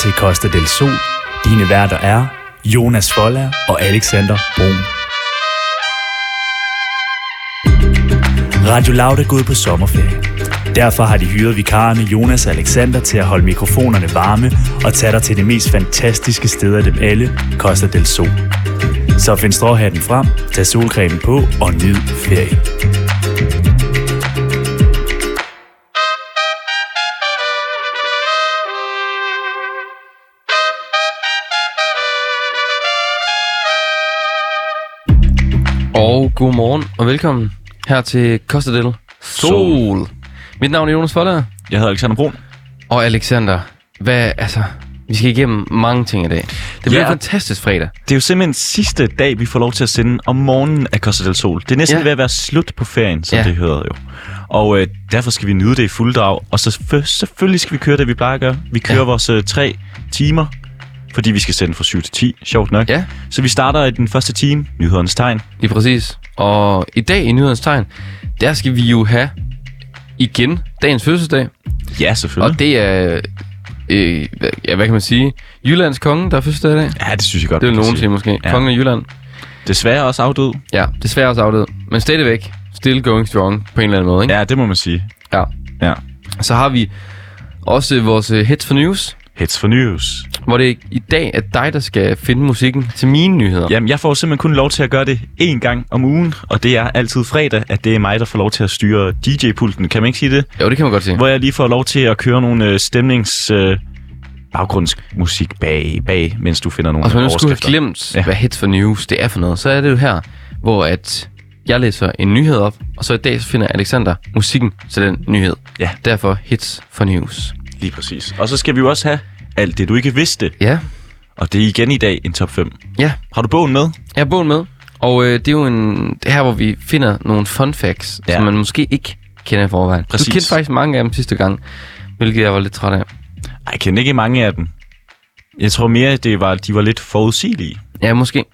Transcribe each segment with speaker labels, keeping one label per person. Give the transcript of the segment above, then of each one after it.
Speaker 1: til Costa del Sol. Dine værter er Jonas Folla og Alexander Brun. Radio Loud er gået på sommerferie. Derfor har de hyret vikarerne Jonas og Alexander til at holde mikrofonerne varme og tage dig til det mest fantastiske sted af dem alle, Costa del Sol. Så find stråhatten frem, tag solcremen på og nyd ferie.
Speaker 2: Og god morgen og velkommen her til Costa del Sol. Mit navn er Jonas Folder
Speaker 3: Jeg hedder Alexander Brun.
Speaker 2: og Alexander. Hvad, altså, vi skal igennem mange ting i dag. Det bliver
Speaker 3: Ja.
Speaker 2: en fantastisk fredag.
Speaker 3: Det er jo simpelthen sidste dag, vi får lov til at sende om morgenen af Costa del Sol. Det er næsten
Speaker 2: Ja.
Speaker 3: ja. ved at være slut på ferien, som
Speaker 2: Ja.
Speaker 3: ja. det hedder jo. Og øh, derfor skal vi nyde det i fuld drag. Og så f- selvfølgelig skal vi køre det, vi plejer at gøre. Vi kører
Speaker 2: Ja.
Speaker 3: ja. vores øh, tre timer, fordi vi skal sende fra 7 til 10. Sjovt nok.
Speaker 2: Ja.
Speaker 3: Så vi starter i den første time, nyhedernes tegn.
Speaker 2: Lige præcis. Og i dag i nyhedens tegn, der skal vi jo have igen dagens fødselsdag.
Speaker 3: Ja,
Speaker 2: Mm. Og
Speaker 3: selvfølgelig.
Speaker 2: det er, øh, hvad- ja, hvad kan man sige, Jyllands konge, der er fødselsdag i dag.
Speaker 3: Ja, det synes jeg godt.
Speaker 2: Det vil
Speaker 3: man kan
Speaker 2: nogen Mm.
Speaker 3: sige.
Speaker 2: sige måske. Ja.
Speaker 3: Ja.
Speaker 2: Kongen af Jylland.
Speaker 3: Desværre også afdød.
Speaker 2: Ja, desværre også afdød. Men stadigvæk, still going strong på en eller anden måde, ikke?
Speaker 3: Ja, det må man sige.
Speaker 2: Ja.
Speaker 3: Ja.
Speaker 2: Så har vi også øh, vores øh, Hits for News,
Speaker 3: Hits for news.
Speaker 2: hvor det i dag er dig, der skal finde musikken til mine nyheder.
Speaker 3: Jamen, jeg får simpelthen kun lov til at gøre det én gang om ugen, og det er altid fredag, at det er mig, der får lov til at styre DJ-pulten. Kan man ikke sige det?
Speaker 2: Jo, det kan man godt sige.
Speaker 3: Hvor jeg lige får lov til at køre nogle øh, stemnings... Øh, baggrundsmusik bag, bag, mens du finder nogle
Speaker 2: Og hvis Altså, man nu skulle
Speaker 3: overskrifter.
Speaker 2: have glemt, ja.
Speaker 3: Ja.
Speaker 2: hvad Hits for News det er for noget, så er det jo her, hvor at jeg læser en nyhed op, og så i dag så finder Alexander musikken til den nyhed.
Speaker 3: Ja.
Speaker 2: Derfor Hits for News.
Speaker 3: Lige præcis. Og så skal vi jo også have alt det, du ikke vidste.
Speaker 2: Ja,
Speaker 3: Og det er igen i dag en top 5.
Speaker 2: ja.
Speaker 3: Har du bogen med?
Speaker 2: Jeg har bogen med, og øh, det er jo en, det er her, hvor vi finder nogle fun facts, ja.
Speaker 3: Ja.
Speaker 2: som man måske ikke kender i forvejen. Du
Speaker 3: Præcis.
Speaker 2: kendte faktisk mange af dem sidste gang, hvilket jeg var lidt træt af.
Speaker 3: Ej, jeg kender ikke mange af dem. Jeg tror mere, at det var, de var lidt forudsigelige.
Speaker 2: Ja, måske.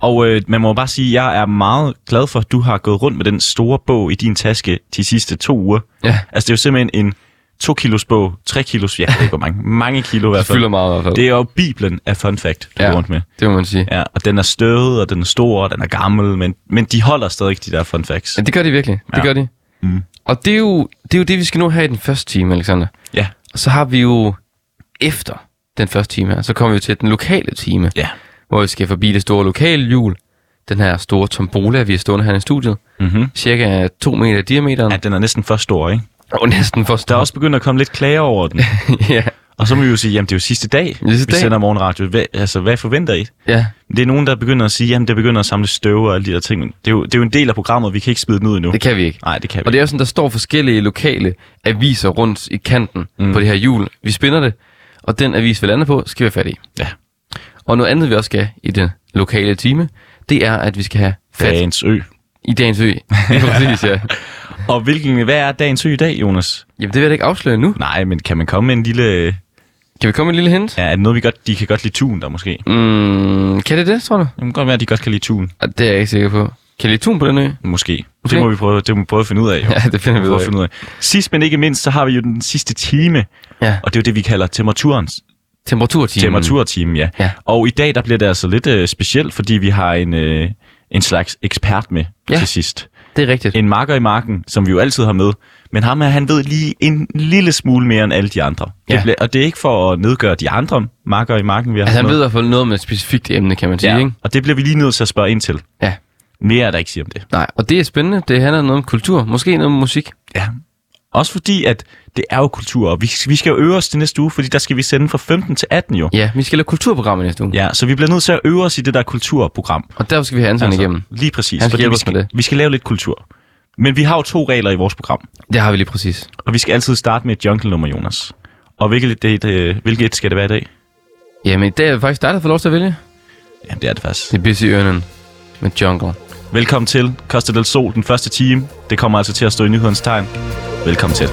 Speaker 3: Og øh, man må bare sige, at jeg er meget glad for, at du har gået rundt med den store bog i din taske de sidste to uger.
Speaker 2: Ja.
Speaker 3: Altså, det er jo simpelthen en 2 kilos bog, 3 kilos, jeg ved ikke hvor mange, mange kilo i
Speaker 2: Det
Speaker 3: hvert fald.
Speaker 2: fylder meget i hvert fald.
Speaker 3: Det er jo biblen af fun fact, du ja.
Speaker 2: ja,
Speaker 3: går rundt med.
Speaker 2: det må man sige. Ja.
Speaker 3: Ja, og den er støvet, og den er stor, og den er gammel, men, men de holder stadig de der fun facts.
Speaker 2: det gør de virkelig. Det
Speaker 3: Ja.
Speaker 2: gør de.
Speaker 3: Mm.
Speaker 2: Og det er, jo, det er jo det, vi skal nu have i den første time, Alexander.
Speaker 3: Ja.
Speaker 2: Og så har vi jo efter den første time her, så kommer vi til den lokale time,
Speaker 3: Ja.
Speaker 2: hvor vi skal forbi det store lokale hjul. Den her store tombola, vi har stående her i studiet.
Speaker 3: Mm-hmm.
Speaker 2: Cirka 2 meter i diameteren.
Speaker 3: ja, den er næsten for stor, ikke?
Speaker 2: Og næsten for
Speaker 3: Der
Speaker 2: stor.
Speaker 3: er også begyndt at komme lidt klager over den.
Speaker 2: ja.
Speaker 3: Og så må vi jo sige, jamen det er jo sidste dag,
Speaker 2: Sidste
Speaker 3: vi
Speaker 2: dag.
Speaker 3: sender morgenradio. Hvad, altså, hvad forventer I?
Speaker 2: ja.
Speaker 3: Det er nogen, der begynder at sige, jamen det begynder at samle støv og alle de der ting. Men det er, jo, det er jo en del af programmet, vi kan ikke smide den ud endnu.
Speaker 2: Det kan vi ikke.
Speaker 3: Nej, det kan vi
Speaker 2: Og det er jo sådan, der står forskellige lokale aviser rundt i kanten mm. på det her hjul. Vi spænder det, og den avis, vi lander på, skal vi have fat i.
Speaker 3: Ja.
Speaker 2: Og noget andet, vi også skal i den lokale time, det er, at vi skal have fat Dag.
Speaker 3: Dagens ø.
Speaker 2: i dagens ø. Lige præcis, ja.
Speaker 3: Og hvilken, hvad er dagens ø i dag, Jonas?
Speaker 2: Jamen, det vil jeg da ikke afsløre nu.
Speaker 3: Nej, men kan man komme med en lille...
Speaker 2: Kan vi komme med en lille hint?
Speaker 3: Ja, er det noget, vi godt, de kan godt lide tun der måske?
Speaker 2: Mm, kan det det, tror du?
Speaker 3: Det kan godt være, at de godt kan lide tun.
Speaker 2: Ah, Det er jeg ikke sikker på. Kan I lide tun på den ø?
Speaker 3: Måske.
Speaker 2: Måske.
Speaker 3: Det må vi prøve, det må vi prøve at finde ud af. Jo.
Speaker 2: Ja, det finder vi
Speaker 3: prøve
Speaker 2: ud
Speaker 3: at
Speaker 2: af.
Speaker 3: finde ud af. Sidst men ikke mindst, så har vi jo den sidste time.
Speaker 2: Ja.
Speaker 3: Og det er jo det, vi kalder temperaturens
Speaker 2: Temperaturtimen.
Speaker 3: temperaturtime, ja.
Speaker 2: Ja.
Speaker 3: Og i dag, der bliver det altså lidt øh, specielt, fordi vi har en, øh, en slags ekspert med
Speaker 2: Ja.
Speaker 3: ja. til sidst.
Speaker 2: Det er rigtigt.
Speaker 3: En marker i marken, som vi jo altid har med. Men ham her, han ved lige en lille smule mere end alle de andre. Det
Speaker 2: Ja.
Speaker 3: bliver, og det er ikke for at nedgøre de andre marker i marken, vi har
Speaker 2: Altså, han
Speaker 3: med.
Speaker 2: ved i hvert fald noget om et specifikt emne, kan man sige, ikke?
Speaker 3: Og det bliver vi lige nødt til at spørge ind til.
Speaker 2: Ja.
Speaker 3: Mere er der ikke sige om det.
Speaker 2: Nej, og det er spændende. Det handler noget om kultur. Måske noget om musik.
Speaker 3: Ja. Også fordi, at det er jo kultur, og vi, vi skal jo øve os til næste uge, fordi der skal vi sende fra 15 til 18 jo.
Speaker 2: Ja, vi skal lave kulturprogrammet næste uge. Ja.
Speaker 3: Ja, så vi bliver nødt til at øve os i det der kulturprogram.
Speaker 2: Og der skal vi have Anton altså. igennem.
Speaker 3: lige præcis.
Speaker 2: Han skal
Speaker 3: fordi
Speaker 2: hjælpe
Speaker 3: vi
Speaker 2: os
Speaker 3: skal,
Speaker 2: med det.
Speaker 3: vi skal lave lidt kultur. Men vi har jo to regler i vores program,
Speaker 2: Det har vi lige præcis.
Speaker 3: og vi skal altid starte med et jungle-nummer, Jonas. Og hvilket, det, det, hvilket et skal det være i dag?
Speaker 2: Jamen, i dag er det faktisk dig, der får lov til at vælge.
Speaker 3: Jamen, det er det faktisk.
Speaker 2: Det er Busy Ørnen med Jungle.
Speaker 3: Velkommen til Costa del Sol, den første time. Det kommer altså til at stå i nyhedens tegn. Velkommen til.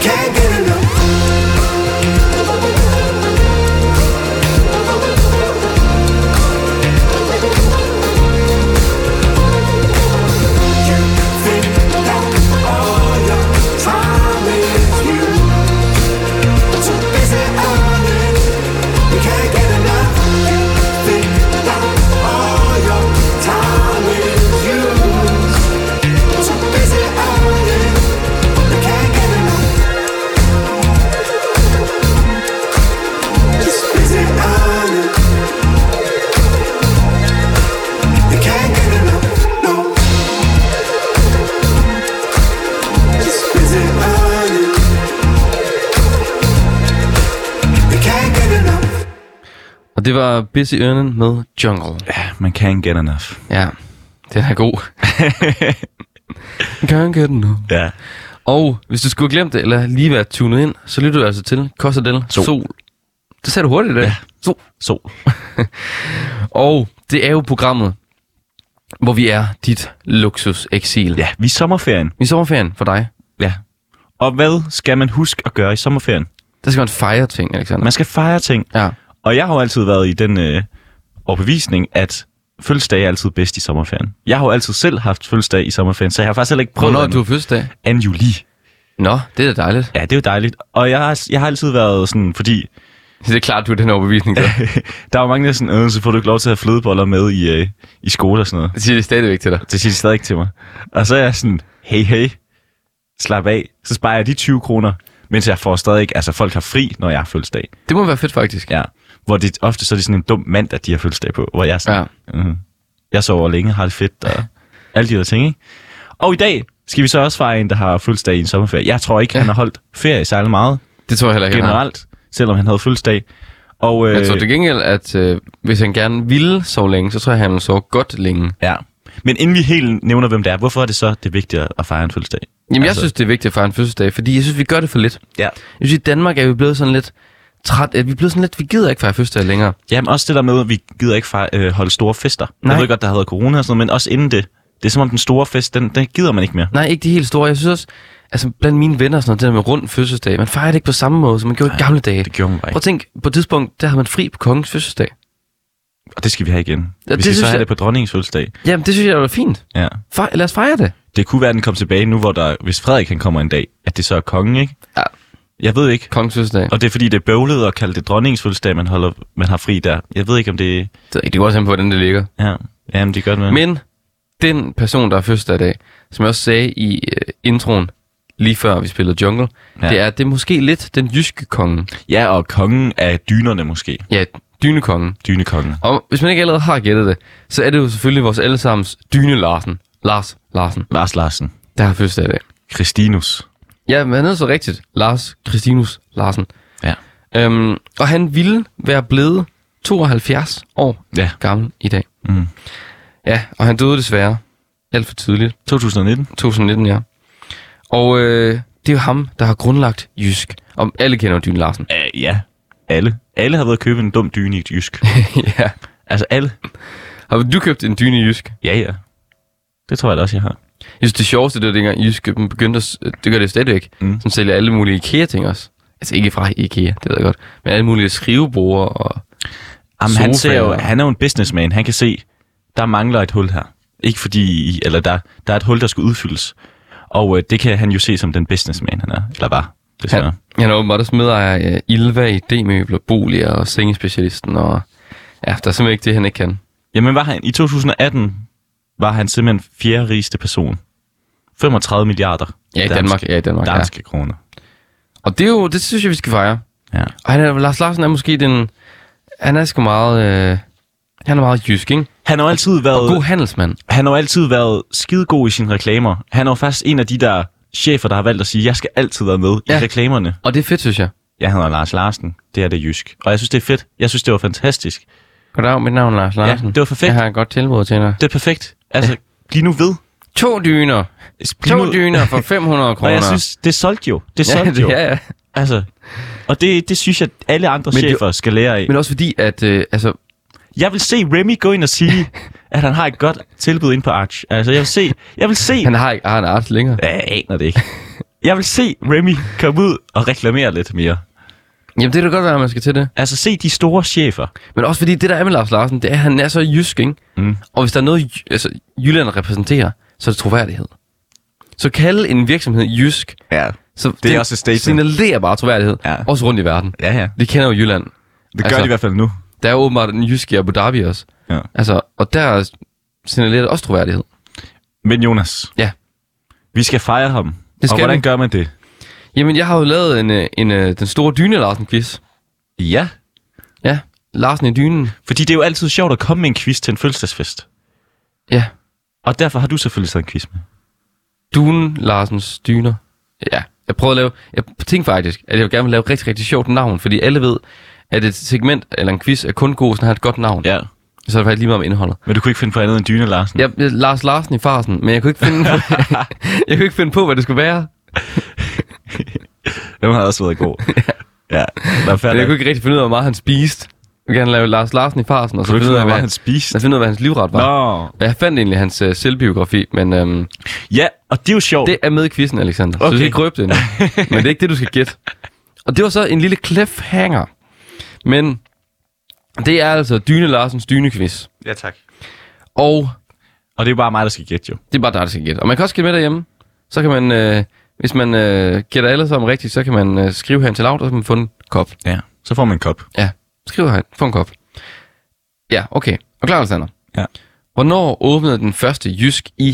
Speaker 4: can't get enough. You think that all your time is you. Too busy earning, you can't get enough. You think that all your time is you. Too busy earning, you can't get enough. Just busy earning, you can't get enough. No. Just busy earning. You can't get enough.
Speaker 2: Og det var Busy Earning med Jungle.
Speaker 3: Man can't get enough.
Speaker 2: Ja, den er god. Kan get nu.
Speaker 3: Ja.
Speaker 2: Og hvis du skulle have glemt det, eller lige være tunet ind, så lytter du altså til Costa del
Speaker 3: Sol.
Speaker 2: Sol. Det sagde du hurtigt, det. Ja. Sol.
Speaker 3: Sol.
Speaker 2: Og det er jo programmet, hvor vi er dit luksus-eksil.
Speaker 3: Ja, vi er i sommerferien.
Speaker 2: I sommerferien for dig,
Speaker 3: Ja. Og hvad skal man huske at gøre i sommerferien?
Speaker 2: der skal man fejre ting, Alexander.
Speaker 3: Man skal fejre ting.
Speaker 2: Ja.
Speaker 3: Og jeg har jo altid været i den øh, overbevisning, at fødselsdag er altid bedst i sommerferien. Jeg har jo altid selv haft fødselsdag i sommerferien, så jeg har faktisk heller ikke prøvet
Speaker 2: Hvornår er
Speaker 3: andet.
Speaker 2: du har fødselsdag?
Speaker 3: 2. juli.
Speaker 2: Nå, det er da dejligt.
Speaker 3: Ja, det er jo dejligt. Og jeg har, jeg har altid været sådan, fordi
Speaker 2: Det er klart, du er den overbevisning, der
Speaker 3: der er jo mange, der er sådan, øh, så får du ikke lov til at have flødeboller med i, øh, i skole og sådan noget.
Speaker 2: Jeg siger det stadigvæk til dig.
Speaker 3: Det siger de stadig ikke til mig. Og så er jeg sådan, hey, hey, slap af. Så sparer jeg de 20 kroner, mens jeg får stadig, altså folk har fri, når jeg har fødselsdag.
Speaker 2: Det må være fedt, faktisk.
Speaker 3: Ja. Hvor det, ofte så er det sådan en dum mand, at de har fødselsdag på, hvor jeg er sådan, ja. mm, jeg sover længe, har det fedt, og alle de der ting, ikke? Og i dag skal vi så også fejre en, der har fødselsdag i en sommerferie. Jeg tror ikke, ja. han har holdt ferie særlig meget
Speaker 2: Det tror jeg heller ikke, han har.
Speaker 3: generelt, selvom han havde fødselsdag. Og, øh,
Speaker 2: Jeg tror til gengæld, at øh, hvis han gerne ville sove længe, så tror jeg, han ville sove godt længe.
Speaker 3: ja. Men inden vi helt nævner, hvem det er, hvorfor er det så det er vigtigt at fejre en fødselsdag?
Speaker 2: Jamen, jeg
Speaker 3: Altså-
Speaker 2: synes, det er vigtigt at fejre en fødselsdag, fordi jeg synes, vi gør det for lidt.
Speaker 3: Ja.
Speaker 2: Jeg synes, i Danmark er vi blevet sådan lidt træt. At vi er blevet sådan lidt, vi gider ikke fejre fødselsdag længere.
Speaker 3: Jamen også det der med, at vi gider ikke fejre, øh, holde store fester. Nej.
Speaker 2: Nej.
Speaker 3: Jeg ved godt, der havde været corona og sådan noget, men også inden det. Det er som om den store fest, den, den gider man ikke mere.
Speaker 2: Nej, ikke de helt store. Jeg synes også, altså blandt mine venner, og sådan noget, det der med rund fødselsdag, man fejrer det ikke på samme måde, som man gjorde i gamle dage.
Speaker 3: det gjorde man bare
Speaker 2: Prøv at tænk, på et tidspunkt, der havde man fri på kongens fødselsdag.
Speaker 3: Og det skal vi have igen. Ja,
Speaker 2: Ja,
Speaker 3: vi
Speaker 2: det
Speaker 3: skal så
Speaker 2: synes
Speaker 3: have
Speaker 2: jeg-
Speaker 3: det på dronningens fødselsdag.
Speaker 2: Jamen, det synes jeg var fint.
Speaker 3: Ja.
Speaker 2: Fej, lad os fejre det.
Speaker 3: Det kunne være, at den kom tilbage nu, hvor der, hvis Frederik han kommer en dag, at det så er kongen, ikke?
Speaker 2: Ja.
Speaker 3: Jeg ved ikke.
Speaker 2: Kongens fødselsdag.
Speaker 3: Og det er fordi, det er bøvlet at kalde det dronningens fødselsdag, man, holder, man har fri der. Jeg ved ikke, om det
Speaker 2: Det, ved jeg ikke, det går også an på, hvordan det ligger.
Speaker 3: Ja, jamen, det er godt med.
Speaker 2: Men den person, der er fødselsdag i dag, som jeg også sagde i øh, introen, lige før vi spillede Jungle,
Speaker 3: Ja.
Speaker 2: ja. det er, at det er måske lidt den jyske konge.
Speaker 3: Ja, og kongen af dynerne måske.
Speaker 2: Ja, dynekongen.
Speaker 3: Dynekongen.
Speaker 2: Og hvis man ikke allerede har gættet det, så er det jo selvfølgelig vores allesammens dyne Larsen. Lars Larsen,
Speaker 3: Lars Larsen.
Speaker 2: der har fødselsdag i dag.
Speaker 3: Kristinus.
Speaker 2: Ja, men han hedder så rigtigt. Lars Kristinus Larsen.
Speaker 3: Ja.
Speaker 2: Øhm, og han ville være blevet 72 år
Speaker 3: Ja.
Speaker 2: gammel i dag.
Speaker 3: Mm.
Speaker 2: Ja, og han døde desværre alt for tidligt.
Speaker 3: 2019.
Speaker 2: 2019, ja. Og øh, det er jo ham, der har grundlagt Jysk. Om alle kender jo Dyne Larsen.
Speaker 3: Uh, ja. Alle. Alle har været at købe en dum dyne i et jysk.
Speaker 2: ja.
Speaker 3: altså alle.
Speaker 2: Har du købt en dyne i Jysk?
Speaker 3: Ja, ja. Det tror jeg da også, jeg har.
Speaker 2: Jeg synes, det sjoveste, det var dengang Jysk øh, begyndte at... s- øh, Det gør det stadigvæk.
Speaker 3: Mm.
Speaker 2: Mm. Som sælger alle mulige IKEA-ting også. Altså ikke fra IKEA, det ved jeg godt. Men alle mulige skriveborde og...
Speaker 3: Jamen, han, ser jo,
Speaker 2: Sofaer.
Speaker 3: han er jo en businessman. Han kan se, der mangler et hul her. Ikke fordi, I- eller der, der er et hul, der skal udfyldes. Og øh, det kan han jo se som den businessman, han er. Eller var. Det
Speaker 2: Han, han er åbenbart også medejer af øh, Ilva i D-møbler, boliger og sengespecialisten og... Ja, der er simpelthen ikke det, han ikke kan.
Speaker 3: Jamen, var han, i 2018 var han simpelthen fjerde rigeste person. 35 milliarder.
Speaker 2: Ja, i Danmark. Ja, i Danmark, ja.
Speaker 3: Danske kroner.
Speaker 2: Og det er jo... Det synes jeg, vi skal fejre.
Speaker 3: Ja.
Speaker 2: Og han er, Lars Larsen er måske den... Han er sgu meget... Øh, han er meget jysk, ikke?
Speaker 3: Han har jo altid
Speaker 2: Og god
Speaker 3: været,
Speaker 2: handelsmand.
Speaker 3: han har jo altid været skidegod i sine reklamer. Han er jo faktisk en af de der chefer, der har valgt at sige, jeg skal altid være med ja.
Speaker 2: Ja.
Speaker 3: i reklamerne.
Speaker 2: Og det er fedt, synes jeg.
Speaker 3: Jeg hedder Lars Larsen. Det er det jysk. Og jeg synes, det er fedt. Jeg synes, det var fantastisk.
Speaker 2: Goddag, mit navn er Lars Larsen.
Speaker 3: det var perfekt.
Speaker 2: Jeg har et godt tilbud til dig.
Speaker 3: Det er perfekt. Altså, bliv nu ved.
Speaker 2: To dyner.
Speaker 3: Bliv
Speaker 2: To dyner for 500
Speaker 3: Og
Speaker 2: kroner.
Speaker 3: jeg synes, det solgte jo. Det
Speaker 2: ja,
Speaker 3: solgte
Speaker 2: det,
Speaker 3: jo.
Speaker 2: ja, ja.
Speaker 3: Altså, og det, det synes jeg, at alle andre
Speaker 2: Men det-
Speaker 3: chefer skal lære af.
Speaker 2: Men også fordi, at øh, altså,
Speaker 3: Jeg vil se Remy gå ind og sige, at han har et godt tilbud ind på Arch. Altså, jeg vil se... Jeg vil se...
Speaker 2: han har ikke har en art længere.
Speaker 3: Ja, jeg aner det ikke. Jeg vil se Remy komme ud og reklamere lidt mere.
Speaker 2: Jamen, det kan da godt være, at man skal til det.
Speaker 3: Altså, se de store chefer.
Speaker 2: Men også fordi det der er med Lars Larsen, det er, at han er så jysk, ikke? Mm. Og hvis der er noget, jy- altså, Jylland repræsenterer, så er det troværdighed. Så kalde en virksomhed jysk,
Speaker 3: Ja.
Speaker 2: så
Speaker 3: Det er også et statement.
Speaker 2: signalerer bare troværdighed.
Speaker 3: Ja.
Speaker 2: Også rundt i verden.
Speaker 3: Ja, ja.
Speaker 2: Vi kender jo Jylland.
Speaker 3: Det gør
Speaker 2: Altså-
Speaker 3: altså, de i hvert fald nu.
Speaker 2: Der er jo åbenbart en jysk i Abu Dhabi også.
Speaker 3: Ja.
Speaker 2: Altså, og der signalerer det også troværdighed.
Speaker 3: Men Jonas.
Speaker 2: Ja.
Speaker 3: Vi skal fejre ham. Det
Speaker 2: skal
Speaker 3: og hvordan
Speaker 2: vi.
Speaker 3: gør man det?
Speaker 2: Jamen, jeg har jo lavet en, øh, en, øh, den store dyne Larsen-quiz.
Speaker 3: Ja.
Speaker 2: Ja, Larsen i dynen.
Speaker 3: Fordi det er jo altid sjovt at komme med en quiz til en fødselsdagsfest.
Speaker 2: Ja,
Speaker 3: Og derfor har du selvfølgelig taget en quiz med.
Speaker 2: Dune Larsens dyner. Ja, jeg prøvede at lave... Jeg tænkte faktisk, at jeg gerne ville lave et rigtig, rigtig sjovt navn, fordi alle ved, at et segment eller en quiz er kun god, hvis den har et godt navn.
Speaker 3: Ja. Mm.
Speaker 2: Så er det faktisk lige meget om indholdet.
Speaker 3: Men du kunne ikke finde på andet end Dyne Larsen.
Speaker 2: Jeg, jeg, Lars Larsen i farsen, men jeg kunne ikke finde, jeg kunne ikke finde på, hvad det skulle være.
Speaker 3: Den har også været god. ja. Der er
Speaker 2: Men
Speaker 3: færdig.
Speaker 2: jeg kunne ikke rigtig finde ud af, hvor meget han spiste. Jeg ville gerne lave Lars Larsen i farsen, og så
Speaker 3: Kunne du ikke
Speaker 2: finde ud af,
Speaker 3: finde,
Speaker 2: hvad
Speaker 3: hvad han
Speaker 2: hans,
Speaker 3: spiste?
Speaker 2: jeg finde ud af, hvad hans livret var.
Speaker 3: Nå.
Speaker 2: Og Jeg fandt egentlig hans øh, selvbiografi, men øhm,
Speaker 3: Ja, og det er jo sjovt.
Speaker 2: det er med i quizzen, Alexander. Okay. Så
Speaker 3: Okay.
Speaker 2: du skal ikke røbe det endnu. Men det er ikke det, du skal gætte. Og det var så en lille cliffhanger. Men det er altså Dyne Larsens dynequiz.
Speaker 3: Ja, tak.
Speaker 2: Og
Speaker 3: Og det er jo bare mig, der skal gætte jo.
Speaker 2: det er bare dig, der skal gætte. Og man kan også gætte med derhjemme. Så kan man, øh, hvis man øh, gætter alle sammen rigtigt, så kan man øh, skrive her til Laud, og så kan man få en kop.
Speaker 3: Ja. Så får man en kop.
Speaker 2: Ja, skriv her. Få en kop. Ja, okay. Og klar, Alexander.
Speaker 3: Ja.
Speaker 2: Hvornår åbnede den første Jysk i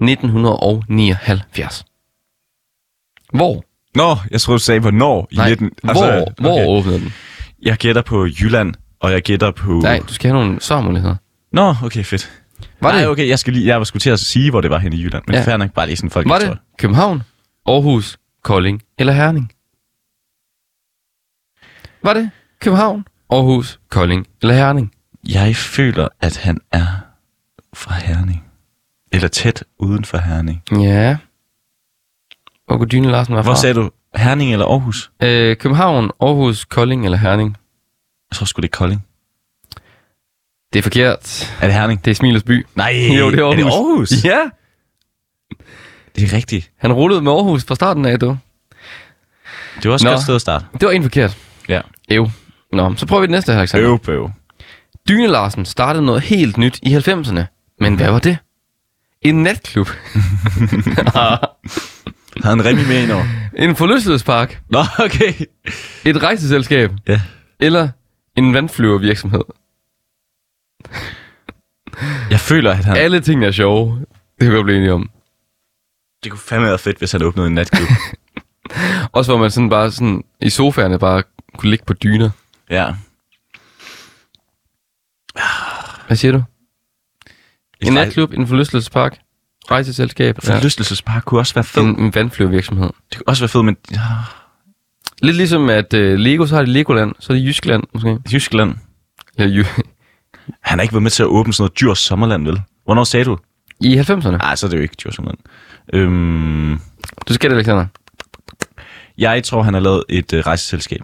Speaker 2: 1979? Hvor?
Speaker 3: Nå, jeg tror du sagde, hvornår i altså,
Speaker 2: Nej,
Speaker 3: 19...
Speaker 2: hvor, okay. hvor åbnede den?
Speaker 3: Jeg gætter på Jylland, og jeg gætter på...
Speaker 2: Nej, du skal have nogle svarmuligheder.
Speaker 3: Nå, okay, fedt.
Speaker 2: Var
Speaker 3: Nej,
Speaker 2: det,
Speaker 3: okay, jeg, skal lige, jeg var skulle til at sige, hvor det var henne i Jylland, men
Speaker 2: Ja.
Speaker 3: ja. fair nok bare lige sådan folk
Speaker 2: var det København, Aarhus, Kolding eller Herning? Var det København, Aarhus, Kolding eller Herning?
Speaker 3: Jeg føler, at han er fra Herning. Eller tæt uden for Herning.
Speaker 2: Ja. Hvor kunne Dyne Larsen være
Speaker 3: Hvor
Speaker 2: fra?
Speaker 3: sagde du? Herning eller Aarhus?
Speaker 2: Øh, København, Aarhus, Kolding eller Herning?
Speaker 3: Jeg tror sgu, det er Kolding.
Speaker 2: Det er forkert.
Speaker 3: Er det Herning?
Speaker 2: Det er Smilers by.
Speaker 3: Nej,
Speaker 2: Jo, det Øh, er Aarhus.
Speaker 3: Er det Aarhus?
Speaker 2: Ja.
Speaker 3: Det er rigtigt.
Speaker 2: Han rullede med Aarhus fra starten af, du.
Speaker 3: Det var også
Speaker 2: Nå.
Speaker 3: et godt sted at starte.
Speaker 2: Det var en forkert.
Speaker 3: Ja.
Speaker 2: Ev. Nå, så prøver vi det næste her, Alexander.
Speaker 3: Øv, bøv.
Speaker 2: Dyne Larsen startede noget helt nyt i 90'erne. Men hvad var det? En natklub.
Speaker 3: Havde en Remy med ind over.
Speaker 2: en forlystelsespark.
Speaker 3: Nå, okay.
Speaker 2: Et rejseselskab.
Speaker 3: Ja.
Speaker 2: Eller en vandflyvervirksomhed.
Speaker 3: Jeg føler, at han...
Speaker 2: Alle tingene er sjove. Det kan vi godt blive enige om.
Speaker 3: Det kunne fandme være fedt, hvis han åbnede en natklub.
Speaker 2: Også hvor man sådan bare sådan i sofaerne bare kunne ligge på dyner.
Speaker 3: ja.
Speaker 2: Hvad siger du? En
Speaker 3: Et
Speaker 2: natklub, en forlystelsespark, rejseselskab, ja.
Speaker 3: Forlystelsespark kunne også være fed.
Speaker 2: en, en vandflyvervirksomhed.
Speaker 3: Det kunne også være fed, men ja,
Speaker 2: Lidt ligesom at øh, Lego, så har de Legoland, så er det Jyskland måske.
Speaker 3: Jyskland.
Speaker 2: Eller Jy-
Speaker 3: Han har ikke været med til at åbne sådan noget Djurs Sommerland, vel? Hvornår sagde du?
Speaker 2: I 90'erne.
Speaker 3: Nej, så er det jo ikke Djurs Sommerland. Øhm,
Speaker 2: Du skal det, Alexander.
Speaker 3: jeg tror, han har lavet et øh, rejseselskab.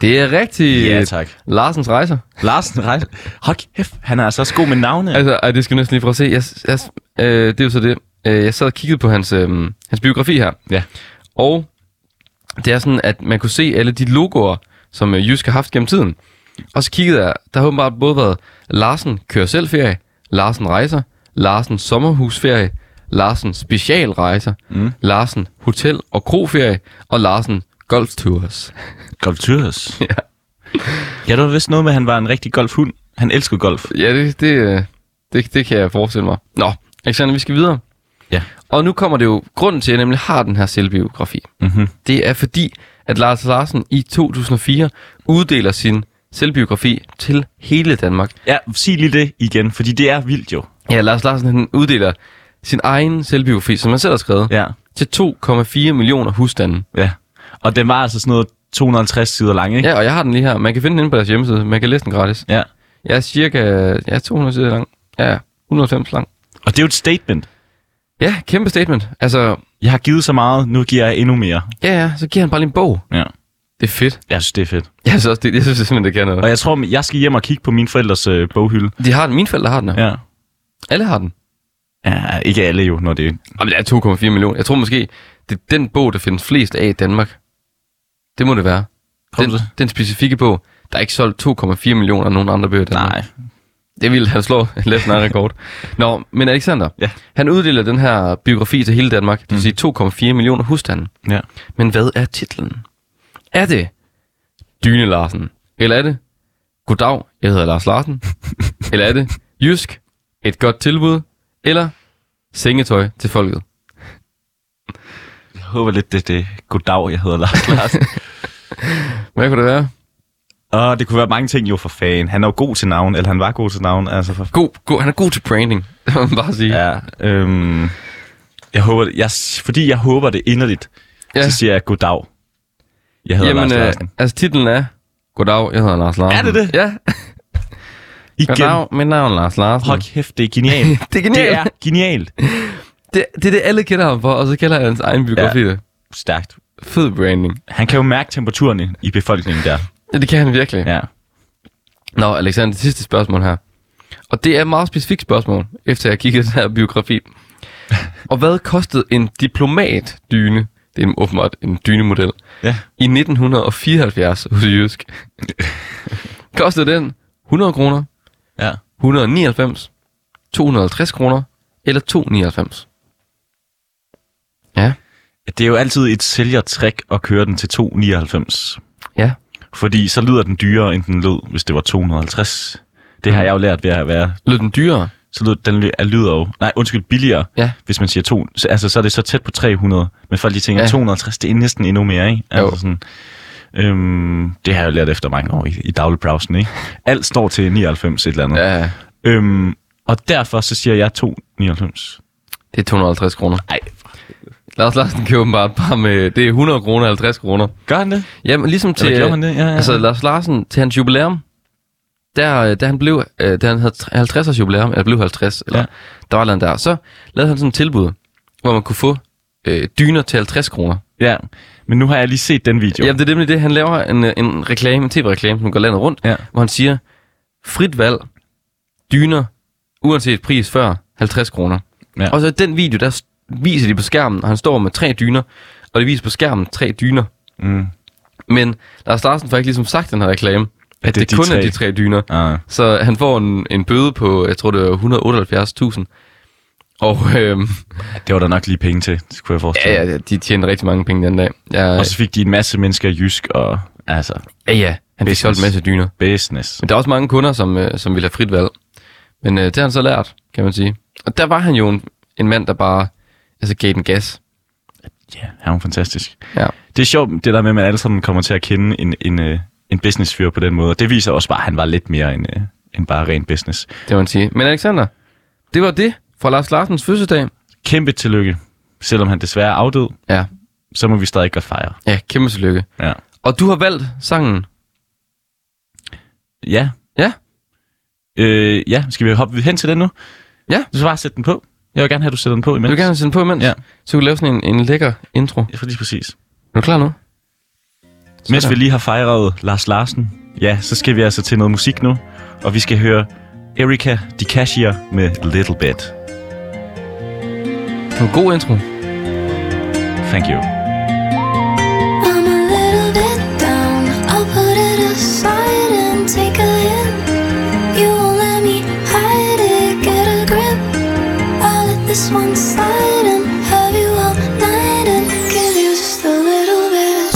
Speaker 2: Det er rigtigt.
Speaker 3: Ja, tak.
Speaker 2: Larsens rejser.
Speaker 3: Larsen rejse... Hold kæft, han er altså også god med navne.
Speaker 2: Altså, ej, det skal jeg næsten lige prøve at se. Jeg, jeg, øh, det er jo så det. Øh, jeg sad og kiggede på hans, øh, hans biografi her.
Speaker 3: Ja.
Speaker 2: Og det er sådan, at man kunne se alle de logoer, som øh, Jysk har haft gennem tiden. Og så kiggede jeg, der har åbenbart både været Larsen kører selvferie, Larsen rejser, Larsen sommerhusferie, Larsen specialrejser, mm. Larsen hotel- og kroferie, og Larsen golftours.
Speaker 3: Golftyrhus. ja. Ja, der var vist noget med, at han var en rigtig golfhund. Han elskede golf.
Speaker 2: Ja, det, det, øh, det, det kan jeg forestille mig. Nå, Alexander, vi skal videre.
Speaker 3: Ja.
Speaker 2: Og nu kommer det jo, grunden til, at jeg nemlig har den her selvbiografi. Mm-hmm. Det er fordi, at Lars Larsen i 2004 uddeler sin selvbiografi til hele Danmark.
Speaker 3: Ja, sig lige det igen, fordi det er vildt jo.
Speaker 2: Ja, Lars Larsen han uddeler sin egen selvbiografi, som han selv har skrevet,
Speaker 3: Ja.
Speaker 2: til 2,4 millioner husstande.
Speaker 3: Ja. Og den var altså sådan noget 250 sider lang, ikke?
Speaker 2: Ja, og jeg har den lige her. Man kan finde den inde på deres hjemmeside. Man kan læse den gratis.
Speaker 3: ja.
Speaker 2: Jeg er cirka jeg er 200 sider lang. Ja, 190 lang.
Speaker 3: Og det er jo et statement.
Speaker 2: Ja, kæmpe statement. Altså,
Speaker 3: Jeg har givet så meget, nu giver jeg endnu mere.
Speaker 2: ja, ja, så giver han bare lige en bog.
Speaker 3: Ja.
Speaker 2: Det er fedt.
Speaker 3: Jeg synes, det er fedt.
Speaker 2: Jeg synes, også, det, jeg synes simpelthen, det kan
Speaker 3: Og
Speaker 2: noget.
Speaker 3: jeg tror, jeg skal hjem og kigge på mine forældres øh, boghylde.
Speaker 2: De har den. Mine forældre har den her. Ja.
Speaker 3: Ja.
Speaker 2: Alle har den.
Speaker 3: ja. ikke alle jo, når det er...
Speaker 2: Jamen, det er 2,4 millioner. Jeg tror måske, det er den bog, der findes flest af i Danmark. Det må det være.
Speaker 3: Kom
Speaker 2: Den,
Speaker 3: så.
Speaker 2: den specifikke bog, der er ikke solgt 2,4 millioner af nogen andre bøger i Danmark.
Speaker 3: Nej.
Speaker 2: Det vil han slå Lefner en rekord. Nå, men Alexander,
Speaker 3: Ja. Mm.
Speaker 2: han uddeler den her biografi til hele Danmark, det vil sige 2,4 millioner husstande.
Speaker 3: Ja.
Speaker 2: Men hvad er titlen? Er det Dyne Larsen? Eller er det Goddag, jeg hedder Lars Larsen? eller er det Jysk, et godt tilbud? Eller Sengetøj til folket?
Speaker 3: Jeg håber lidt, det er det. Goddag, jeg hedder Lars Larsen.
Speaker 2: Hvad kunne det være?
Speaker 3: og det kunne være mange ting jo for fan. Han er jo god til navn, eller han var god til navn. Altså for
Speaker 2: God, god, han er god til branding, det må man bare sige.
Speaker 3: Ja, øhm, jeg håber det, jeg, fordi jeg håber det inderligt,
Speaker 2: Ja.
Speaker 3: ja. så siger jeg goddag. Jeg hedder Jamen,
Speaker 2: Jamen,
Speaker 3: Lars
Speaker 2: øh,
Speaker 3: Larsen.
Speaker 2: altså titlen er Goddag, jeg hedder Lars Larsen.
Speaker 3: Er det det?
Speaker 2: Ja.
Speaker 3: Igen.
Speaker 2: Goddag, mit navn er Lars Larsen.
Speaker 3: Hold kæft, det er genialt.
Speaker 2: Det er genialt.
Speaker 3: Det er genialt.
Speaker 2: Det, det er det, alle kender ham for, og så kalder han hans egen biografi ja. det.
Speaker 3: Stærkt.
Speaker 2: Fed branding.
Speaker 3: Han kan jo mærke temperaturen i- i befolkningen der.
Speaker 2: Ja, det kan han virkelig. Ja.
Speaker 3: Ja.
Speaker 2: Nå, Alexander, det sidste spørgsmål her. Og det er et meget specifikt spørgsmål, efter jeg kiggede den her biografi. og hvad kostede en diplomatdyne, det er åbenbart en dynemodel,
Speaker 3: Ja.
Speaker 2: i 1974 hos Jysk? kostede den 100 kroner,
Speaker 3: ja.
Speaker 2: 199, 250 kroner eller 299? Ja,
Speaker 3: Det er jo altid et sælgertræk at køre den til 2,99.
Speaker 2: ja.
Speaker 3: Fordi så lyder den dyrere, end den lød, hvis det var 250. Det
Speaker 2: Mm.
Speaker 3: har jeg jo lært ved at være.
Speaker 2: Lød den dyrere?
Speaker 3: Så lyder den ly- lyder jo... Nej, undskyld, billigere.
Speaker 2: Ja.
Speaker 3: hvis man siger to, så, altså, så er det så tæt på 300, men folk de tænker,
Speaker 2: Ja.
Speaker 3: ja. 250, det er næsten endnu mere, ikke? Altså,
Speaker 2: Jo.
Speaker 3: Sådan, øhm, det har jeg jo lært efter mange år i, i dagligbrowsen, ikke? Alt står til 99 et eller andet. Ja.
Speaker 2: Ja,
Speaker 3: Øhm, og derfor så siger jeg 299.
Speaker 2: det er 250 kroner.
Speaker 3: Nej,
Speaker 2: Lars Larsen kan åbenbart bare med, det er 100 kroner og 50 kroner.
Speaker 3: gør han det?
Speaker 2: Jamen ligesom til,
Speaker 3: Eller gjorde han det? Ja, ja, ja.
Speaker 2: altså Lars Larsen, til hans jubilæum, der, øh, da han blev, øh, da han havde 50 års jubilæum, eller blev 50, eller ja.
Speaker 3: Ja.
Speaker 2: der var et eller andet der, så lavede han sådan et tilbud, hvor man kunne få øh, dyner til 50 kroner.
Speaker 3: Ja, men nu har jeg lige set den video.
Speaker 2: Jamen det er nemlig det, han laver en, øh, en reklame, en tv-reklame, som går landet rundt,
Speaker 3: Ja.
Speaker 2: hvor han siger, frit valg, dyner, uanset pris før, 50 kroner.
Speaker 3: Ja.
Speaker 2: Og så i den video, der s- viser de på skærmen, og han står med tre dyner, og det viser på skærmen tre dyner.
Speaker 3: Mm.
Speaker 2: Men Lars Larsen får ikke ligesom sagt i den her reklame, at det,
Speaker 3: det er
Speaker 2: det
Speaker 3: de
Speaker 2: kun er
Speaker 3: tre.
Speaker 2: de tre dyner.
Speaker 3: Ah.
Speaker 2: Så han får en, en bøde på, jeg tror det var 178.000. Og øhm,
Speaker 3: Det var der nok lige penge til, skulle jeg forestille
Speaker 2: ja, ja, de tjente rigtig mange penge den dag. Ja,
Speaker 3: Og så fik de en masse mennesker jysk og altså
Speaker 2: ja, ja han fik
Speaker 3: business.
Speaker 2: solgt en masse dyner.
Speaker 3: business.
Speaker 2: Men der er også mange kunder, som, øh, som vil have frit valg. Men øh, det har han så lært, kan man sige. Og der var han jo en, en mand, der bare altså, gav den gas.
Speaker 3: Ja, yeah, han var fantastisk.
Speaker 2: Ja.
Speaker 3: Det er sjovt, det der med, at man alle sammen kommer til at kende en, en, øh, en businessfyr på den måde. Og det viser også bare, at han var lidt mere end, øh, end bare ren business.
Speaker 2: Det må man sige. Men Alexander, det var det fra Lars Larsens fødselsdag.
Speaker 3: Kæmpe tillykke. Selvom han desværre er afdød,
Speaker 2: Ja,
Speaker 3: så må vi stadig godt fejre.
Speaker 2: ja kæmpe tillykke.
Speaker 3: Ja.
Speaker 2: Og du har valgt sangen.
Speaker 3: Ja.
Speaker 2: Ja,
Speaker 3: Øh, ja, skal vi hoppe hen til den nu?
Speaker 2: Ja.
Speaker 3: Du skal bare sætte den på. Jeg vil gerne have, at du sætter den på
Speaker 2: vil
Speaker 3: imens.
Speaker 2: du gerne sende på imens?
Speaker 3: Ja.
Speaker 2: Så kan du lave sådan en, en lækker intro.
Speaker 3: Ja, lige præcis.
Speaker 2: Er du klar nu?
Speaker 3: Mens
Speaker 2: Sådan.
Speaker 3: vi lige har fejret Lars Larsen, ja, så skal vi altså til noget musik nu. Og vi skal høre Erika DiCascia med Little Bit.
Speaker 2: Det var en god intro.
Speaker 3: Thank you.
Speaker 5: I'm a little bit down. I'll put it aside and take a hit. You won't let me hide it. Get a grip. I'll let this one slide and have you all night and give you just a little bit.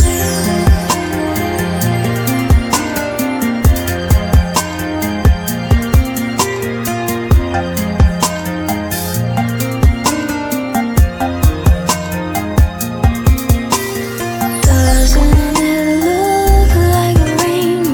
Speaker 5: Doesn't it look like rain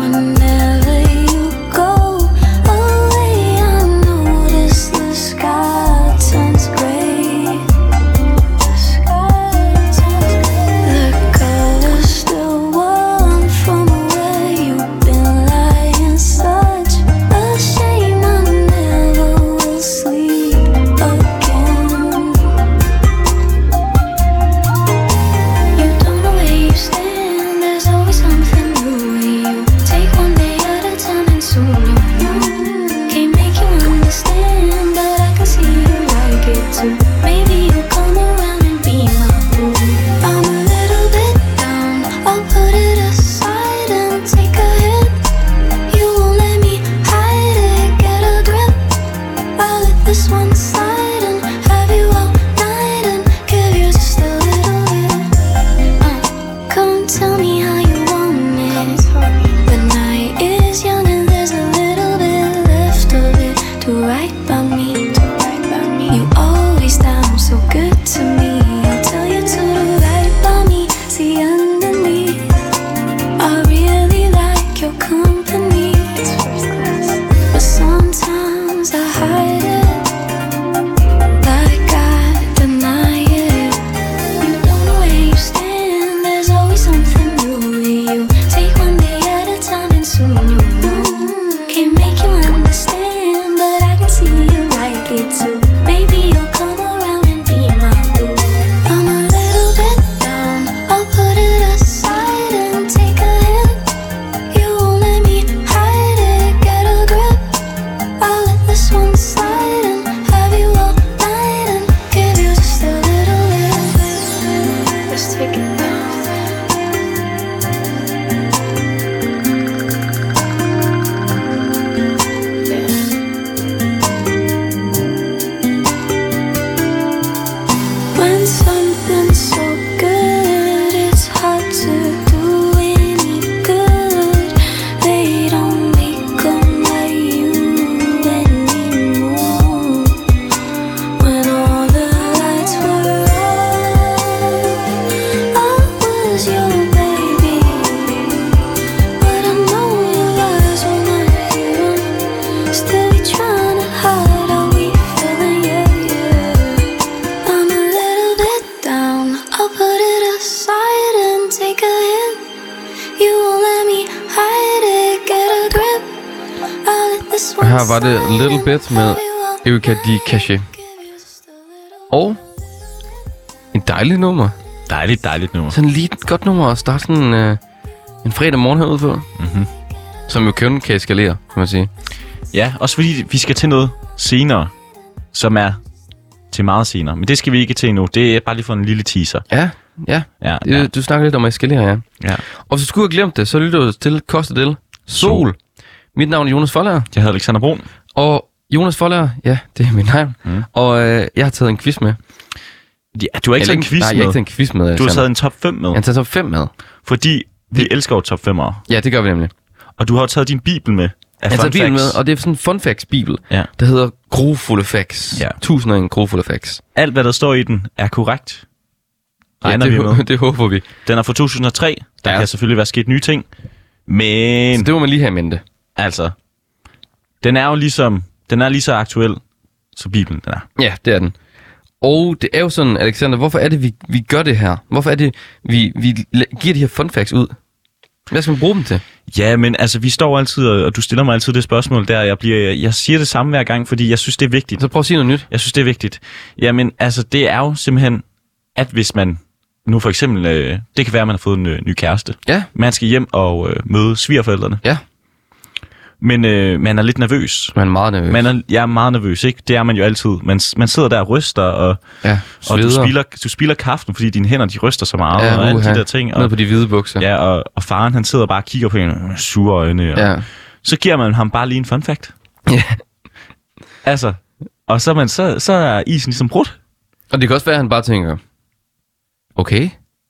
Speaker 5: take it down. When something's so good, it's hard to do any good. They don't make 'em like you anymore. When all the lights were out, I was your baby, but I know your lies were not human. Still, we trying to hide how we feeling, yeah, yeah. I'm a little bit down. I'll put it aside and take a hint. You won't let me hide it. Get a grip. I'll let this one
Speaker 2: Her var det Little Bit med Erika Di Cache. Og en dejlig nummer.
Speaker 3: Dejligt, dejligt nummer.
Speaker 2: Sådan lige et godt nummer at starte sådan øh, en fredag morgen herude på. Mm-hmm.
Speaker 3: Mhm.
Speaker 2: Som jo kun kan eskalere, kan man sige.
Speaker 3: Ja, også fordi vi skal til noget senere, som er til meget senere. Men det skal vi ikke til endnu. Det er bare lige for en lille teaser.
Speaker 2: Ja, ja.
Speaker 3: Ja,
Speaker 2: Det,
Speaker 3: ja.
Speaker 2: Du snakker lidt om at eskalere, Øh, ja.
Speaker 3: ja.
Speaker 2: Og hvis du skulle have glemt det, så lytter du til Koste Del Sol.
Speaker 3: Sol.
Speaker 2: Mit navn er Jonas Forlager,
Speaker 3: Jeg hedder Alexander Brun.
Speaker 2: og Jonas Forlager, ja, det er mit navn.
Speaker 3: Mhm.
Speaker 2: Mm. Og øh, jeg har taget en quiz med.
Speaker 3: Ja, du har ikke taget en quiz
Speaker 2: nej, jeg har ikke
Speaker 3: med.
Speaker 2: taget en quiz med.
Speaker 3: Du har
Speaker 2: Alexander.
Speaker 3: taget en top 5 med,
Speaker 2: Jeg har taget top 5 med.
Speaker 3: fordi vi elsker jo top 5'ere.
Speaker 2: Ja, det gør vi nemlig.
Speaker 3: Og du har jo taget din bibel med. Af
Speaker 2: Jeg har
Speaker 3: fun
Speaker 2: taget bibel
Speaker 3: facts.
Speaker 2: med, og det er sådan en fun facts bibel,
Speaker 3: Ja.
Speaker 2: der hedder Grofulde Facts.
Speaker 3: Ja.
Speaker 2: 1001 Grofulde Facts.
Speaker 3: Alt, hvad der står i den, er korrekt. Regner
Speaker 2: det,
Speaker 3: vi
Speaker 2: hå-
Speaker 3: med.
Speaker 2: det håber vi.
Speaker 3: Den er fra 2003. Der
Speaker 2: Ja.
Speaker 3: ja. kan selvfølgelig være sket nye ting. Men
Speaker 2: Så det må man lige have i mente.
Speaker 3: altså, den er jo ligesom, den er lige så aktuel, som Bibelen den er.
Speaker 2: Ja, det er den. Og det er jo sådan, Alexander, hvorfor er det, vi, vi gør det her? Hvorfor er det, vi, vi la- giver de her fun facts ud? Hvad skal man bruge dem til?
Speaker 3: Ja, men altså, vi står altid, og og du stiller mig altid det spørgsmål der, og jeg, bliver, jeg siger det samme hver gang, fordi jeg synes, det er vigtigt.
Speaker 2: Så prøv at sige noget nyt.
Speaker 3: Jeg synes, det er vigtigt. Jamen, altså, det er jo simpelthen, at hvis man nu for eksempel, øh, det kan være, at man har fået en øh, ny kæreste.
Speaker 2: Ja.
Speaker 3: Man skal hjem og øh, møde svigerforældrene,
Speaker 2: Ja,
Speaker 3: men øh, man er lidt nervøs.
Speaker 2: man er meget nervøs.
Speaker 3: Man er, jeg er meget nervøs, ikke? Det er man jo altid. Man, s- man sidder der og ryster, og,
Speaker 2: ja,
Speaker 3: og du,
Speaker 2: sveder.
Speaker 3: spilder, du spilder kaften, fordi dine hænder, de ryster så meget, ja, og alle
Speaker 2: uha.
Speaker 3: de der ting.
Speaker 2: Ned
Speaker 3: Og,
Speaker 2: på de hvide bukser.
Speaker 3: ja, og, og faren, han sidder bare og kigger på en med sure øjne. Og,
Speaker 2: ja.
Speaker 3: Så giver man ham bare lige en fun fact.
Speaker 2: ja.
Speaker 3: Altså, og så, er man, så, så er isen ligesom brudt.
Speaker 2: Og det kan også være, at han bare tænker, okay.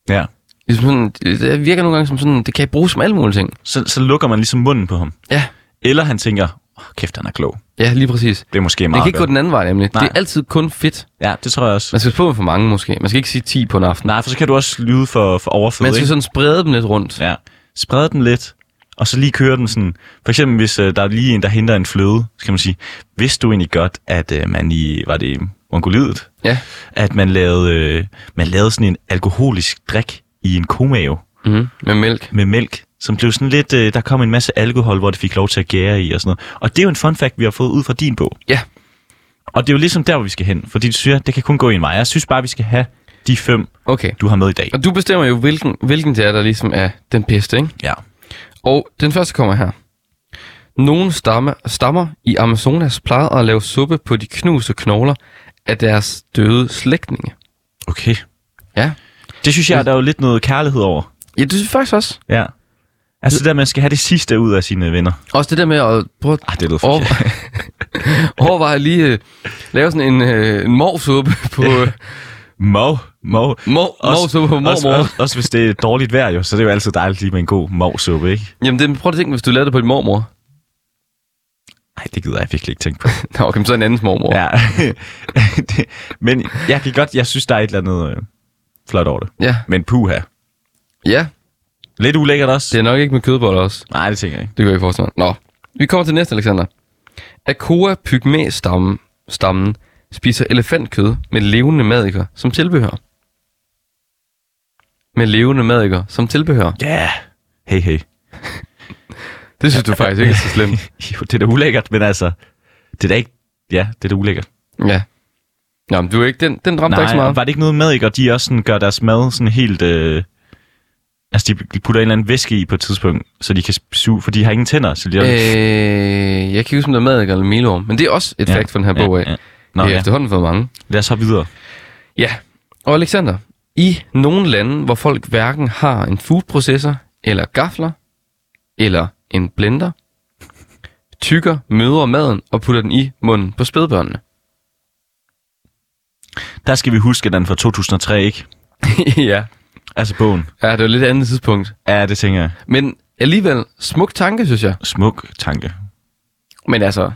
Speaker 3: Ja.
Speaker 2: Ligesom sådan, det virker nogle gange som sådan, det kan jeg bruge som alle mulige ting.
Speaker 3: Så, så lukker man ligesom munden på ham.
Speaker 2: Ja,
Speaker 3: Eller han tænker, oh, kæft, han er klog.
Speaker 2: ja lige præcis.
Speaker 3: Det er måske
Speaker 2: Det
Speaker 3: meget
Speaker 2: kan ikke gå
Speaker 3: godt.
Speaker 2: den anden vej nemlig. Nej.
Speaker 3: Nej.
Speaker 2: Det er altid kun fedt.
Speaker 3: Ja, det tror jeg også.
Speaker 2: Man skal spå med for mange måske. Man skal ikke sige 10 på en aften.
Speaker 3: Nej, for så kan du også lyde for, for overflod,
Speaker 2: Man skal
Speaker 3: ikke?
Speaker 2: sådan sprede dem lidt rundt.
Speaker 3: Ja. Spred den lidt, og så lige køre den sådan. For eksempel, hvis øh, der er lige en, der henter en fløde, så kan man sige, vidste du egentlig godt, at øh, man i, var det Mongoliet,
Speaker 2: Ja.
Speaker 3: at man lavede, øh, man lavede sådan en alkoholisk drik i en komave
Speaker 2: Mm-hmm. Med mælk.
Speaker 3: med mælk, som blev sådan lidt, øh, der kom en masse alkohol, hvor det fik lov til at gære i og sådan noget. Og det er jo en fun fact, vi har fået ud fra din bog.
Speaker 2: Ja.
Speaker 3: Og det er jo ligesom der, hvor vi skal hen, fordi du siger, det kan kun gå en vej. Jeg synes bare, vi skal have de fem,
Speaker 2: Okay.
Speaker 3: du har med i dag.
Speaker 2: Og du bestemmer jo, hvilken, hvilken det er, der ligesom er den bedste, ikke?
Speaker 3: Ja.
Speaker 2: Og den første kommer her. Nogle stammer, stammer i Amazonas plejede at lave suppe på de knuste knogler af deres døde slægtninge.
Speaker 3: Okay.
Speaker 2: Ja.
Speaker 3: Det synes jeg, der er jo lidt noget kærlighed over.
Speaker 2: Ja, det synes jeg faktisk også.
Speaker 3: Ja. Altså det der, man skal have det sidste ud af sine venner.
Speaker 2: Også det der med at prøve at
Speaker 3: Ah, det lyder
Speaker 2: over, overveje lige øh, lave sådan en, øh, en morsuppe på øh,
Speaker 3: Mov, mov.
Speaker 2: mor, morsuppe på
Speaker 3: også,
Speaker 2: mormor.
Speaker 3: også, også, hvis det er dårligt vejr jo, så det er jo altid dejligt lige med en god mov-suppe, ikke?
Speaker 2: Jamen det, prøv at tænke, hvis du lavede det på din mormor.
Speaker 3: Nej, det gider jeg virkelig ikke tænke på.
Speaker 2: Nå, okay, men så en andens mormor.
Speaker 3: Ja. det, men jeg kan godt, jeg synes, der er et eller andet øh, flot over det.
Speaker 2: ja.
Speaker 3: Men puha.
Speaker 2: Ja,
Speaker 3: Lidt ulækkert også.
Speaker 2: det er nok ikke med kødboller også.
Speaker 3: Nej, det tænker jeg ikke.
Speaker 2: Det kan jeg ikke forestille mig. Nå, vi kommer til næste, Alexander. Akua pygmæstammen stammen spiser elefantkød med levende madikker som tilbehør. Med levende madikker som tilbehør.
Speaker 3: Ja. Yeah. Hey, hey.
Speaker 2: Det synes du faktisk ikke er så slemt.
Speaker 3: Jo, det er da ulækkert, men altså, det er da ikke... Ja, det er da ulækkert.
Speaker 2: Ja. Nå, men du er ikke den, den ramte dig ikke så
Speaker 3: og
Speaker 2: meget.
Speaker 3: var det ikke noget med, ikke? Og de også sådan gør deres mad sådan helt... Øh, altså, de de putter en eller anden væske i på et tidspunkt, så de kan suge, for de har ingen tænder, så de har...
Speaker 2: Øh, jeg kan ikke huske, om der er madikker eller melorm, men det er også et ja, fact for den her bog af. Ja, ja. Nå,
Speaker 3: Nå,
Speaker 2: jeg har
Speaker 3: ja.
Speaker 2: efterhånden fået mange.
Speaker 3: Lad os hoppe videre.
Speaker 2: Ja, og Alexander, I nogle lande, hvor folk hverken har en foodprocessor, eller gafler, eller en blender, tykker mødre maden og putter den i munden på spædbørnene.
Speaker 3: Der skal vi huske, at den er fra 2003, ikke?
Speaker 2: ja.
Speaker 3: Altså bogen.
Speaker 2: ja, det var lidt andet tidspunkt.
Speaker 3: Ja, det tænker jeg.
Speaker 2: Men alligevel, smuk tanke, synes jeg.
Speaker 3: Smuk tanke.
Speaker 2: Men altså,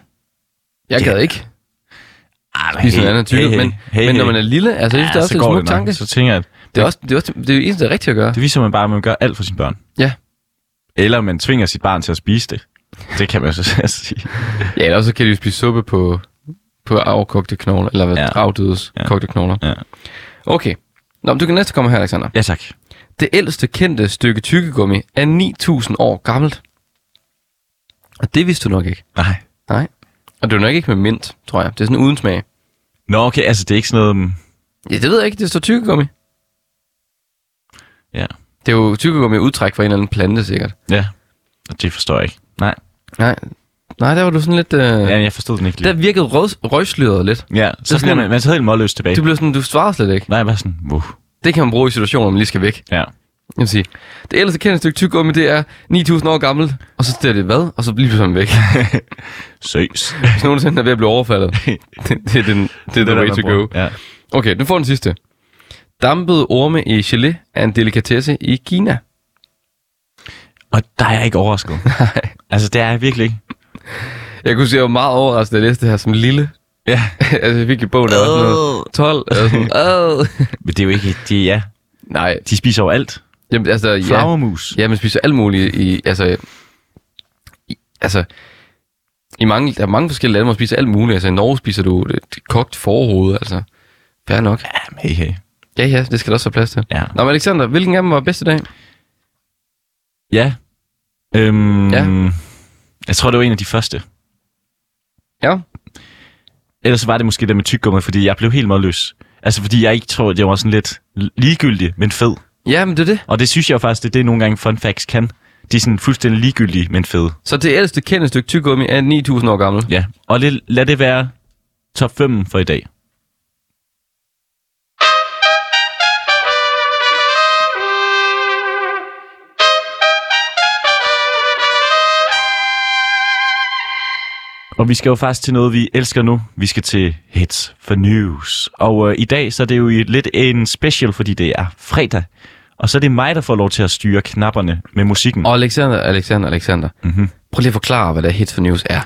Speaker 2: jeg
Speaker 3: Ja.
Speaker 2: gad ikke
Speaker 3: Arh,
Speaker 2: spise noget andet tykke. men, men når man er lille, altså, ja, det er også en smuk tanke.
Speaker 3: Så tænker jeg, at
Speaker 2: Det er, også, det, er også, det er det eneste, der er rigtigt at gøre.
Speaker 3: det viser man bare, at man gør alt for sine børn.
Speaker 2: Ja.
Speaker 3: Eller man tvinger sit barn til at spise det. Det kan man jo så selv sige.
Speaker 2: Ja, eller så kan de jo spise suppe på, på afkogte knogler, eller hvad,
Speaker 3: Ja.
Speaker 2: ja. afdødes
Speaker 3: Ja.
Speaker 2: ja. kogte knogler.
Speaker 3: Ja.
Speaker 2: Okay. Nå, men du kan næste komme her, Alexander.
Speaker 3: Ja, tak.
Speaker 2: Det ældste kendte stykke tykkegummi er 9.000 år gammelt. Og det vidste du nok ikke.
Speaker 3: Nej.
Speaker 2: Nej. Og det er nok ikke med mint, tror jeg. Det er sådan uden smag.
Speaker 3: Nå, okay, altså det er ikke sådan noget... mm,
Speaker 2: Ja, det ved jeg ikke. Det står tykkegummi.
Speaker 3: Ja.
Speaker 2: Det er jo tykkegummi udtræk fra en eller anden plante, sikkert.
Speaker 3: Ja. Og det forstår jeg ikke. Nej.
Speaker 2: Nej, Nej der var du sådan lidt... Øh...
Speaker 3: Ja,
Speaker 2: Ja,
Speaker 3: jeg forstod den ikke lige.
Speaker 2: der virkede rød, røgsløret lidt.
Speaker 3: Ja, så bliver
Speaker 2: sådan-
Speaker 3: man, man tager helt målløs tilbage.
Speaker 2: Du blev sådan, du svarede slet ikke.
Speaker 3: Nej, jeg var sådan, wow.
Speaker 2: Det kan man bruge i situationer, hvor man lige skal væk.
Speaker 3: Ja.
Speaker 2: Jeg vil sige, det ældste kendte stykke tyggegummi, det er 9.000 år gammelt, og så der det hvad, og så bliver det sådan væk.
Speaker 3: Søs.
Speaker 2: Hvis nogensinde er ved at blive overfaldet, det, det er den, det er the way to go.
Speaker 3: Ja.
Speaker 2: Okay, nu får den sidste. Dampede orme i gelé er en delikatesse i Kina.
Speaker 3: Og der er jeg ikke overrasket. Nej. Altså, det er jeg virkelig ikke.
Speaker 2: Jeg kunne sige, jeg var meget overrasket, da jeg læste det her som lille.
Speaker 3: Ja.
Speaker 2: altså, jeg fik i bogen, der var sådan noget 12, eller sådan noget.
Speaker 3: Men det er jo ikke... De, ja.
Speaker 2: Nej,
Speaker 3: de spiser jo alt.
Speaker 2: jamen, altså, ja.
Speaker 3: Flagermus.
Speaker 2: Ja, man spiser alt muligt i, altså, i, altså, i mange, der er mange forskellige lande, hvor man spiser alt muligt. Altså, i Norge spiser du et, et kogt forhoved, altså. Fair nok.
Speaker 3: Jamen, hey, hey.
Speaker 2: Ja, ja, det skal der også være plads til.
Speaker 3: Ja.
Speaker 2: Nå, men Alexander, hvilken af dem var bedst i dag?
Speaker 3: Ja. Øhm,
Speaker 2: Ja.
Speaker 3: Jeg tror, det var en af de første.
Speaker 2: Ja.
Speaker 3: Ellers var det måske det med tyggegummi, fordi jeg blev helt målløs. Altså, fordi jeg ikke tror, det var sådan lidt ligegyldig, men fed.
Speaker 2: Ja, men det er det.
Speaker 3: Og det synes jeg jo faktisk, det er det, nogle gange fun facts kan. De er sådan fuldstændig ligegyldige, men fede.
Speaker 2: Så det ældste kendte stykke tyggegummi er 9.000 år gammel.
Speaker 3: Ja. Og lad, lad det være top 5 for i dag. Og vi skal jo faktisk til noget, vi elsker nu. Vi skal til Hits for News. Og øh, i dag, så er det jo i lidt en special, fordi det er fredag. Og så er det mig, der får lov til at styre knapperne med musikken.
Speaker 2: Og Alexander, Alexander, Alexander. Mm-hmm. Prøv lige at forklare, hvad der Hits for News er.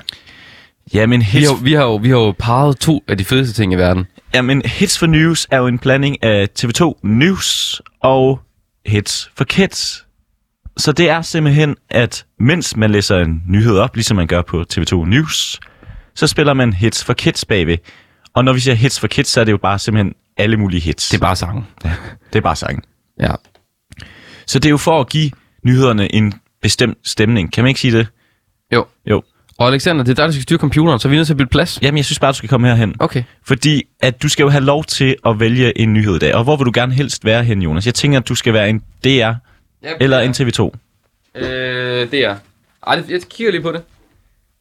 Speaker 3: Jamen,
Speaker 2: Vi
Speaker 3: Hits
Speaker 2: har, vi har, jo, vi har jo parret to af de fedeste ting i verden.
Speaker 3: Jamen, Hits for News er jo en blanding af TV2 News og Hits for Kids. Så det er simpelthen, at mens man læser en nyhed op, ligesom man gør på TV2 News, så spiller man Hits for Kids bagved. Og når vi siger Hits for Kids, så er det jo bare simpelthen alle mulige hits.
Speaker 2: Det er bare sangen.
Speaker 3: det er bare sangen.
Speaker 2: Ja.
Speaker 3: Så det er jo for at give nyhederne en bestemt stemning. Kan man ikke sige det?
Speaker 2: Jo.
Speaker 3: Jo.
Speaker 2: Og Alexander, det er dig, der skal styre computeren, så vi er nødt til at bytte plads.
Speaker 3: Jamen, jeg synes bare, du skal komme herhen.
Speaker 2: Okay.
Speaker 3: Fordi at du skal jo have lov til at vælge en nyhed i dag. Og hvor vil du gerne helst være hen, Jonas? Jeg tænker, at du skal være en DR eller en TV2.
Speaker 2: Øh, det er. Ej, det, jeg kigger lige på det.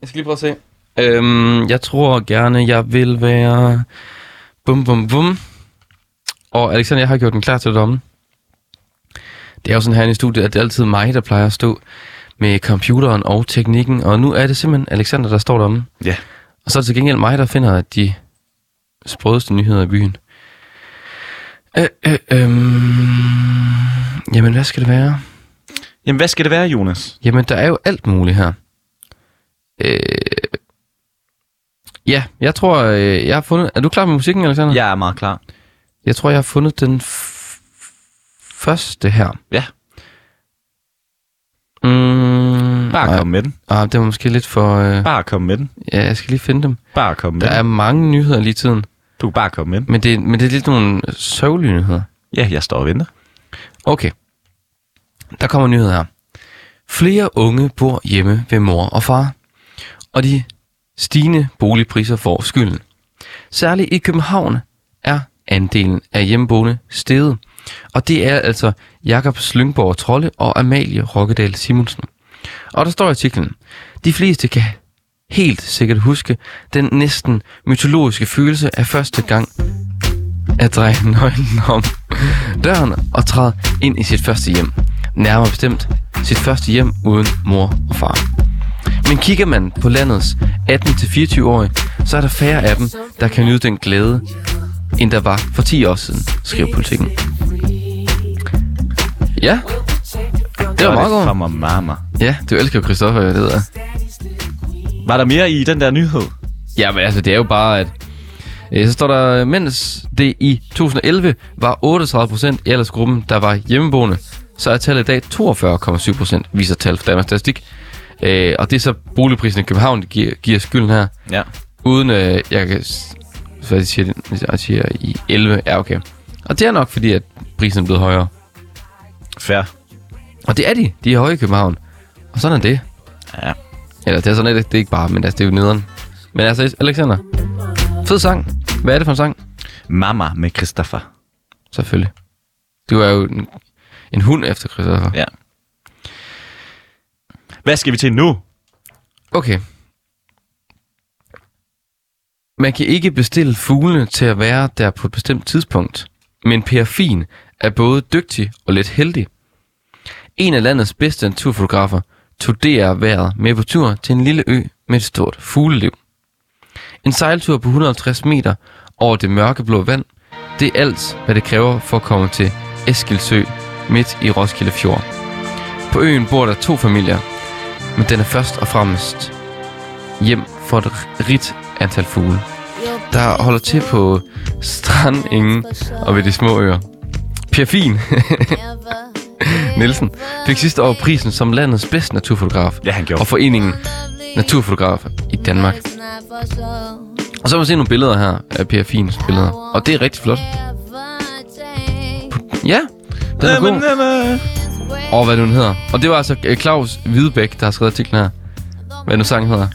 Speaker 2: Jeg skal lige prøve at se. Øhm, jeg tror gerne, jeg vil være... Bum, bum, bum. Og Alexander, jeg har gjort den klar til dommen. Det er jo sådan her i studiet, at det er altid mig, der plejer at stå med computeren og teknikken. Og nu er det simpelthen Alexander, der står deromme.
Speaker 3: Ja.
Speaker 2: Og så er det til gengæld mig, der finder de sprødeste nyheder i byen. Øh, øh, øh, jamen, hvad skal det være?
Speaker 3: Jamen, hvad skal det være, Jonas?
Speaker 2: Jamen, der er jo alt muligt her. Øh... Ja, jeg tror, øh, jeg har fundet... Er du klar med musikken, Alexander?
Speaker 3: Jeg er meget klar.
Speaker 2: Jeg tror, jeg har fundet den f- første her.
Speaker 3: Ja.
Speaker 2: Mm,
Speaker 3: Bare
Speaker 2: nej,
Speaker 3: kom med den.
Speaker 2: ah, det var måske lidt for... Øh,
Speaker 3: Bare kom med den.
Speaker 2: ja, jeg skal lige finde dem.
Speaker 3: Bare kom med
Speaker 2: Der er
Speaker 3: den.
Speaker 2: mange nyheder lige i tiden,
Speaker 3: Du kan bare komme med den.
Speaker 2: men det, men det er lidt nogle sørgelige nyheder.
Speaker 3: Ja, jeg står og venter.
Speaker 2: Okay. Der kommer nyheder her. Flere unge bor hjemme ved mor og far, og de stigende boligpriser får skylden. Særligt i København er andelen af hjemmeboende steget, og det er altså Jakob Slyngborg Trolle og Amalie Rokkedal Simonsen. Og der står i artiklen, de fleste kan helt sikkert huske den næsten mytologiske følelse af første gang at dreje nøglen om, døren og træde ind i sit første hjem. Nærmere bestemt sit første hjem uden mor og far. Men kigger man på landets 18-24-årige, så er der færre af dem, der kan nyde den glæde, end der var for 10 år siden, skriver politikken. Ja, det var meget
Speaker 3: Fra
Speaker 2: godt.
Speaker 3: mama.
Speaker 2: Ja, du elsker Christoffer, jeg ved jeg.
Speaker 3: Var der mere i den der nyhed?
Speaker 2: Ja, men altså, det er jo bare, at... Øh, så står der, mens det i 2011 var 38 procent i aldersgruppen, der var hjemmeboende, så er tallet i dag 42,7 procent, viser tal fra Danmarks Statistik. Øh, og det er så boligprisen i København, der giver, giver skylden her.
Speaker 3: Ja.
Speaker 2: Uden, øh, jeg kan... s- Hvad siger det? Jeg siger i 11, ja okay. Og det er nok fordi, at prisen er blevet højere.
Speaker 3: Fair.
Speaker 2: Og det er de, de er høje i København. Og sådan er det.
Speaker 3: Ja.
Speaker 2: Eller det er sådan, lidt- det er ikke bare, men altså, det er jo nederen. Men altså, Alexander, fed sang. Hvad er det for en sang?
Speaker 3: Mama med Christoffer.
Speaker 2: Selvfølgelig. Du er jo en, en hund efter Christoffer.
Speaker 3: Ja. Hvad skal vi til nu?
Speaker 2: Okay. Man kan ikke bestille fuglene til at være der på et bestemt tidspunkt, men Per Fin er både dygtig og lidt heldig. En af landets bedste naturfotografer tog DR vejret med på tur til en lille ø med et stort fugleliv. En sejltur på 150 meter over det mørkeblå vand, det er alt, hvad det kræver for at komme til Eskilsø midt i Roskilde Fjord. På øen bor der to familier, men den er først og fremmest hjem for et rigt antal fugle, der holder til på strandingen og ved de små øer. Pierfin Nielsen fik sidste år prisen som landets bedste naturfotograf
Speaker 3: Ja, han gjorde.
Speaker 2: og foreningen Naturfotografer i Danmark. Og så må vi se nogle billeder her af Per Fins billeder. Og det er rigtig flot. Ja, øh, den er god. Og hvad den hedder. Og det var altså øh, Claus Hvidebæk, der har skrevet artiklen her. Hvad nu sangen hedder.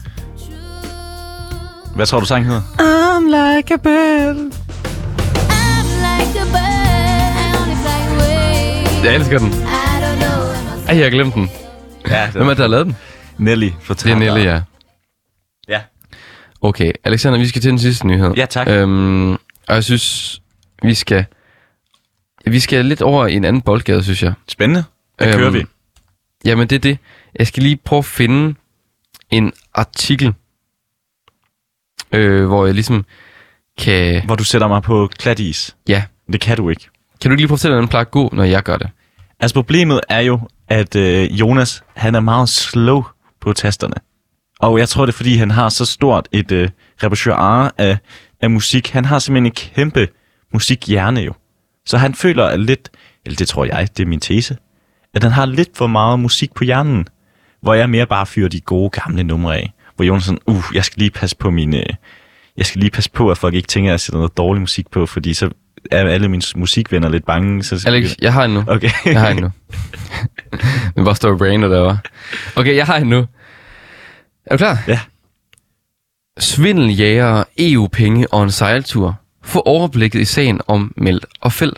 Speaker 3: Hvad tror du sangen hedder?
Speaker 2: I'm like a bird. Jeg elsker den. Ej, jeg har glemt den.
Speaker 3: Ja,
Speaker 2: Hvem er det, der har lavet den?
Speaker 3: Nelly
Speaker 2: Det er
Speaker 3: fortæller.
Speaker 2: Nelle, ja.
Speaker 3: Ja.
Speaker 2: Okay, Alexander, vi skal til den sidste nyhed.
Speaker 3: Ja, tak.
Speaker 2: Øhm, og jeg synes, vi skal... Vi skal lidt over i en anden boldgade, synes jeg.
Speaker 3: Spændende. Hvad
Speaker 2: Øhm,
Speaker 3: kører vi?
Speaker 2: Jamen, det er det. Jeg skal lige prøve at finde en artikel, øh, hvor jeg ligesom kan...
Speaker 3: Hvor du sætter mig på klatis.
Speaker 2: Ja.
Speaker 3: Det kan du ikke.
Speaker 2: Kan du ikke lige prøve at fortælle, hvordan den plejer at gå, når jeg gør det?
Speaker 3: Altså problemet er jo, at øh, Jonas, han er meget slow på tasterne. Og jeg tror, det er, fordi han har så stort et øh, repertoire af, af musik. Han har simpelthen en kæmpe musikhjerne jo. Så han føler at lidt, eller det tror jeg, det er min tese, at han har lidt for meget musik på hjernen. Hvor jeg mere bare fyrer de gode gamle numre af. Hvor Jonas er sådan, uh, jeg skal lige passe på mine... Øh, jeg skal lige passe på, at folk ikke tænker, at jeg sætter noget dårlig musik på, fordi så er alle mine musikvenner lidt bange. Så
Speaker 2: Alex, jeg har en nu.
Speaker 3: Okay.
Speaker 2: Jeg har en nu. Men bare står brainer der, var. Okay, jeg har en nu. Er du klar?
Speaker 3: Ja.
Speaker 2: Svindeljæger, EU-penge E og en sejltur. Få overblikket i sagen om Meld og Fæld.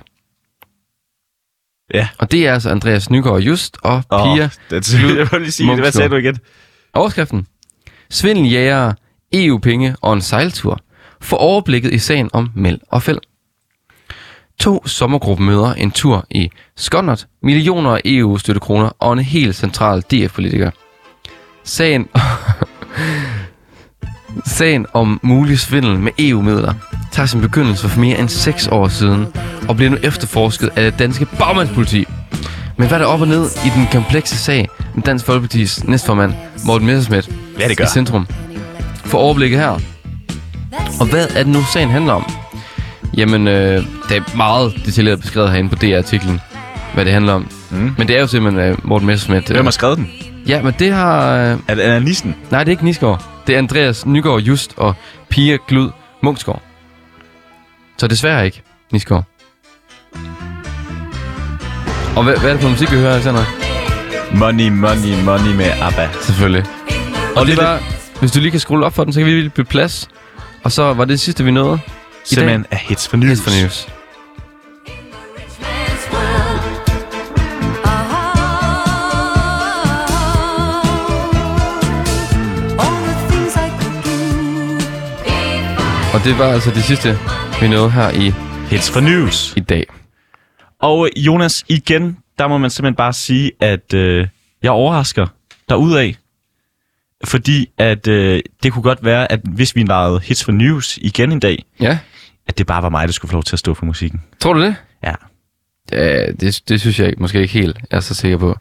Speaker 3: Ja.
Speaker 2: Og det er altså Andreas Nygaard Just og
Speaker 3: Åh,
Speaker 2: Pia
Speaker 3: det, jeg vil lige sige, det. hvad sagde du igen?
Speaker 2: Overskriften. Svindeljæger, EU-penge og en sejltur. For overblikket i sagen om Mel og Fæld. To sommergruppemøder, en tur i Skåndert, millioner af EU-støttekroner og en helt central DF-politiker. Sagen, sagen om mulig svindel med EU-midler tager sin begyndelse for mere end 6 år siden og bliver nu efterforsket af det danske bagmandspoliti. Men hvad er der op og ned i den komplekse sag med Dansk Folkeparti's næstformand, Morten Messerschmidt,
Speaker 3: Ja, det gør.
Speaker 2: i centrum? For overblikket her. Og hvad er det nu, sagen handler om? Jamen, øh, det er meget detaljeret beskrevet herinde på DR-artiklen, hvad det handler om. Mm. Men det er jo simpelthen øh, Morten Messerschmidt. Øh,
Speaker 3: Hvem har skrevet den?
Speaker 2: ja, men det har... Øh,
Speaker 3: Er det Anna Nissen?
Speaker 2: nej, det er ikke Nisgaard. Det er Andreas Nygaard Just og Pia Glud Munksgaard. Så desværre ikke Nisgaard. Og hvad, hvad er det for musik, vi hører, Alexander?
Speaker 3: Money, money, money med ABBA.
Speaker 2: Selvfølgelig. Og, og det var, hvis du lige kan scrolle op for den, så kan vi lige blive plads. Og så var det, det sidste, vi nåede.
Speaker 3: Simpelthen er hits for news.
Speaker 2: Hits for News.
Speaker 5: Uh-huh.
Speaker 2: Og altså det var altså det sidste, vi nåede her i,
Speaker 3: Hits for news.
Speaker 2: i dag.
Speaker 3: Og øh, Jonas, igen, der må man simpelthen bare sige, at øh, jeg overrasker derudaf. Fordi at øh, det kunne godt være, at hvis vi lavede Hits for News igen en dag,
Speaker 2: Ja.
Speaker 3: at det bare var mig, der skulle få lov til at stå for musikken.
Speaker 2: Tror du det?
Speaker 3: Ja.
Speaker 2: Ja, det, det synes jeg ikke- måske ikke helt jeg er så sikker på.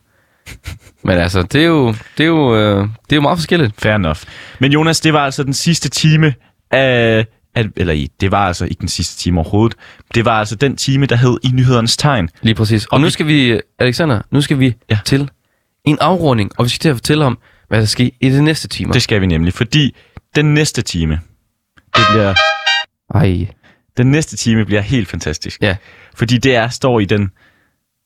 Speaker 2: Men altså, det er jo, det er jo, øh, det er jo meget forskelligt.
Speaker 3: Fair enough. Men Jonas, det var altså den sidste time af... At, eller i, det var altså ikke den sidste time overhovedet. Det var altså den time, der hed I nyhedernes tegn.
Speaker 2: Lige præcis. Og nu skal vi, Alexander, nu skal vi
Speaker 3: Ja.
Speaker 2: ja. til en afrunding, og vi skal til at fortælle om, hvad der sker i det næste timer.
Speaker 3: Det skal vi nemlig, fordi den næste time, det bliver,
Speaker 2: Ej.
Speaker 3: den næste time bliver helt fantastisk.
Speaker 2: Ja.
Speaker 3: Fordi det er, står i den...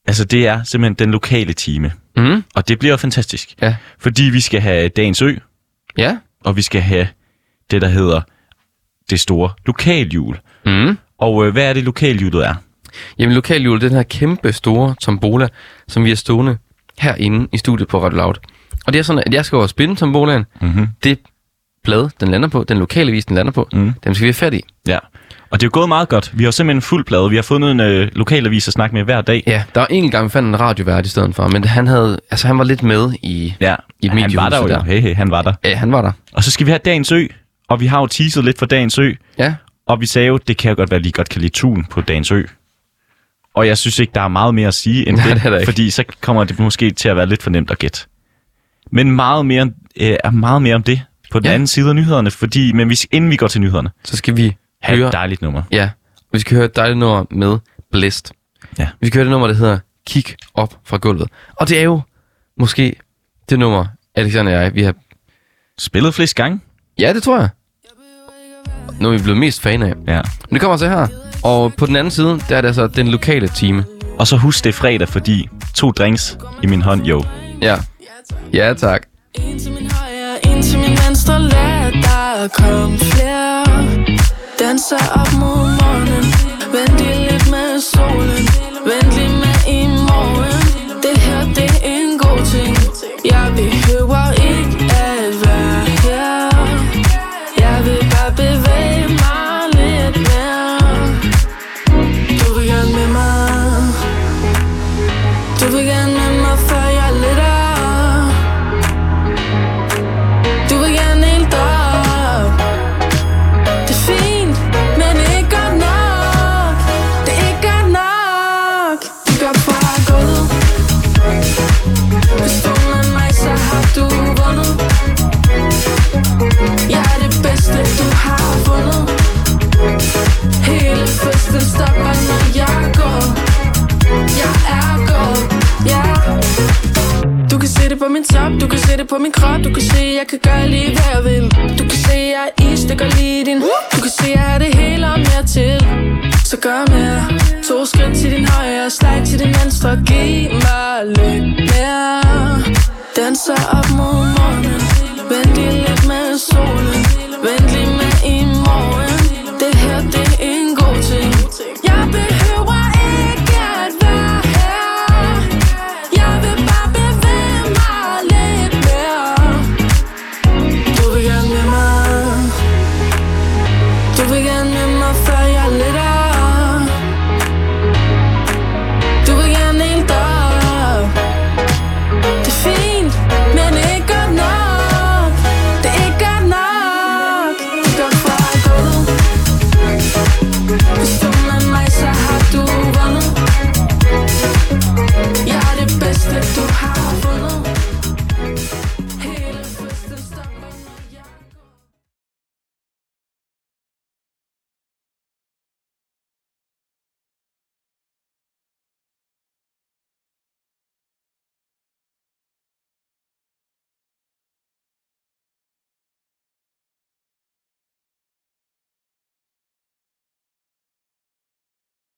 Speaker 3: Altså, det er simpelthen den lokale time.
Speaker 2: Mm,
Speaker 3: Og det bliver jo fantastisk.
Speaker 2: Ja.
Speaker 3: Fordi vi skal have Dagens Ø,
Speaker 2: ja.
Speaker 3: og vi skal have det, der hedder det store lokalhjul.
Speaker 2: Mm.
Speaker 3: Og øh, hvad er det, lokalhjulet er?
Speaker 2: Jamen, lokalhjulet, den her kæmpe store tombola, som vi er stående herinde i studiet på Radio Loud. Og det er sådan, at jeg skal over og spinde tombolaen. Mm-hmm. Det blad, den lander på, den lokale vis, den lander på, mm. dem skal vi have fat i.
Speaker 3: Ja. Og det er jo gået meget godt. Vi har jo simpelthen fuld plade. Vi har fundet en øh, lokalavis at snakke med hver dag.
Speaker 2: Ja, der var en gang, vi fandt en radiovært i stedet for, men han, havde, altså, han var lidt med i...
Speaker 3: ja.
Speaker 2: I
Speaker 3: han var
Speaker 2: mediehuset
Speaker 3: der jo.
Speaker 2: der.
Speaker 3: Hey, hey, han var der.
Speaker 2: Ja, han var der.
Speaker 3: Og så skal vi have Dagens Ø, og vi har jo teaset lidt for Dagens Ø.
Speaker 2: Ja,
Speaker 3: Og vi sagde jo, det kan jo godt være, at I godt kan lide tun på Dagens Ø. Og jeg synes ikke, der er meget mere at sige end
Speaker 2: Nej, det er
Speaker 3: det,
Speaker 2: der ikke.
Speaker 3: fordi så kommer det måske til at være lidt for nemt at gætte. Men meget mere, øh, er meget mere om det på den
Speaker 2: Ja.
Speaker 3: anden side af nyhederne, fordi, men hvis, inden vi går til nyhederne,
Speaker 2: så skal vi
Speaker 3: have
Speaker 2: høre...
Speaker 3: et dejligt nummer.
Speaker 2: Ja, vi skal høre et dejligt nummer med Blæst.
Speaker 3: Ja.
Speaker 2: Vi skal høre det nummer, der hedder Kig op fra gulvet. Og det er jo måske det nummer, Alexander og jeg, vi har...
Speaker 3: Spillet flest gange?
Speaker 2: Ja, det tror jeg. Nu er vi blevet mest fan af.
Speaker 3: Ja.
Speaker 2: Men det kommer altså her. Og på den anden side, der er det altså den lokale time.
Speaker 3: Og så husk det er fredag, fordi to drinks i min hånd, jo.
Speaker 2: Ja. Ja, tak.
Speaker 6: En til min højre, en til min venstre Lad der komme flere Danser op mod morgenen Vent lige lidt med solen Vent lige med i morgen Det her, det er en god ting Jeg behøver ikke at være her Jeg vil bare bevæge mig lidt mere Du vil gerne med mig Du vil gerne med mig, før jeg lidt op du vil gerne helt op Det er fint, men ikke godt nok Det er ikke godt nok Du går fra gulvet Hvis du er med mig, så har du vundet Jeg er det bedste, du har fundet Hele festen stopper, når jeg går Jeg er gået, ja yeah. Du kan se det på min top, du kan se det på min krop Du kan se, jeg kan gøre lige hvad jeg vil Du kan se, jeg er is, det gør lige din Du kan se, jeg har det hele og mere til Så gør mere To skridt til din højre, slag til din venstre Giv mig lidt mere Danser op mod morgenen Vend lige lidt med solen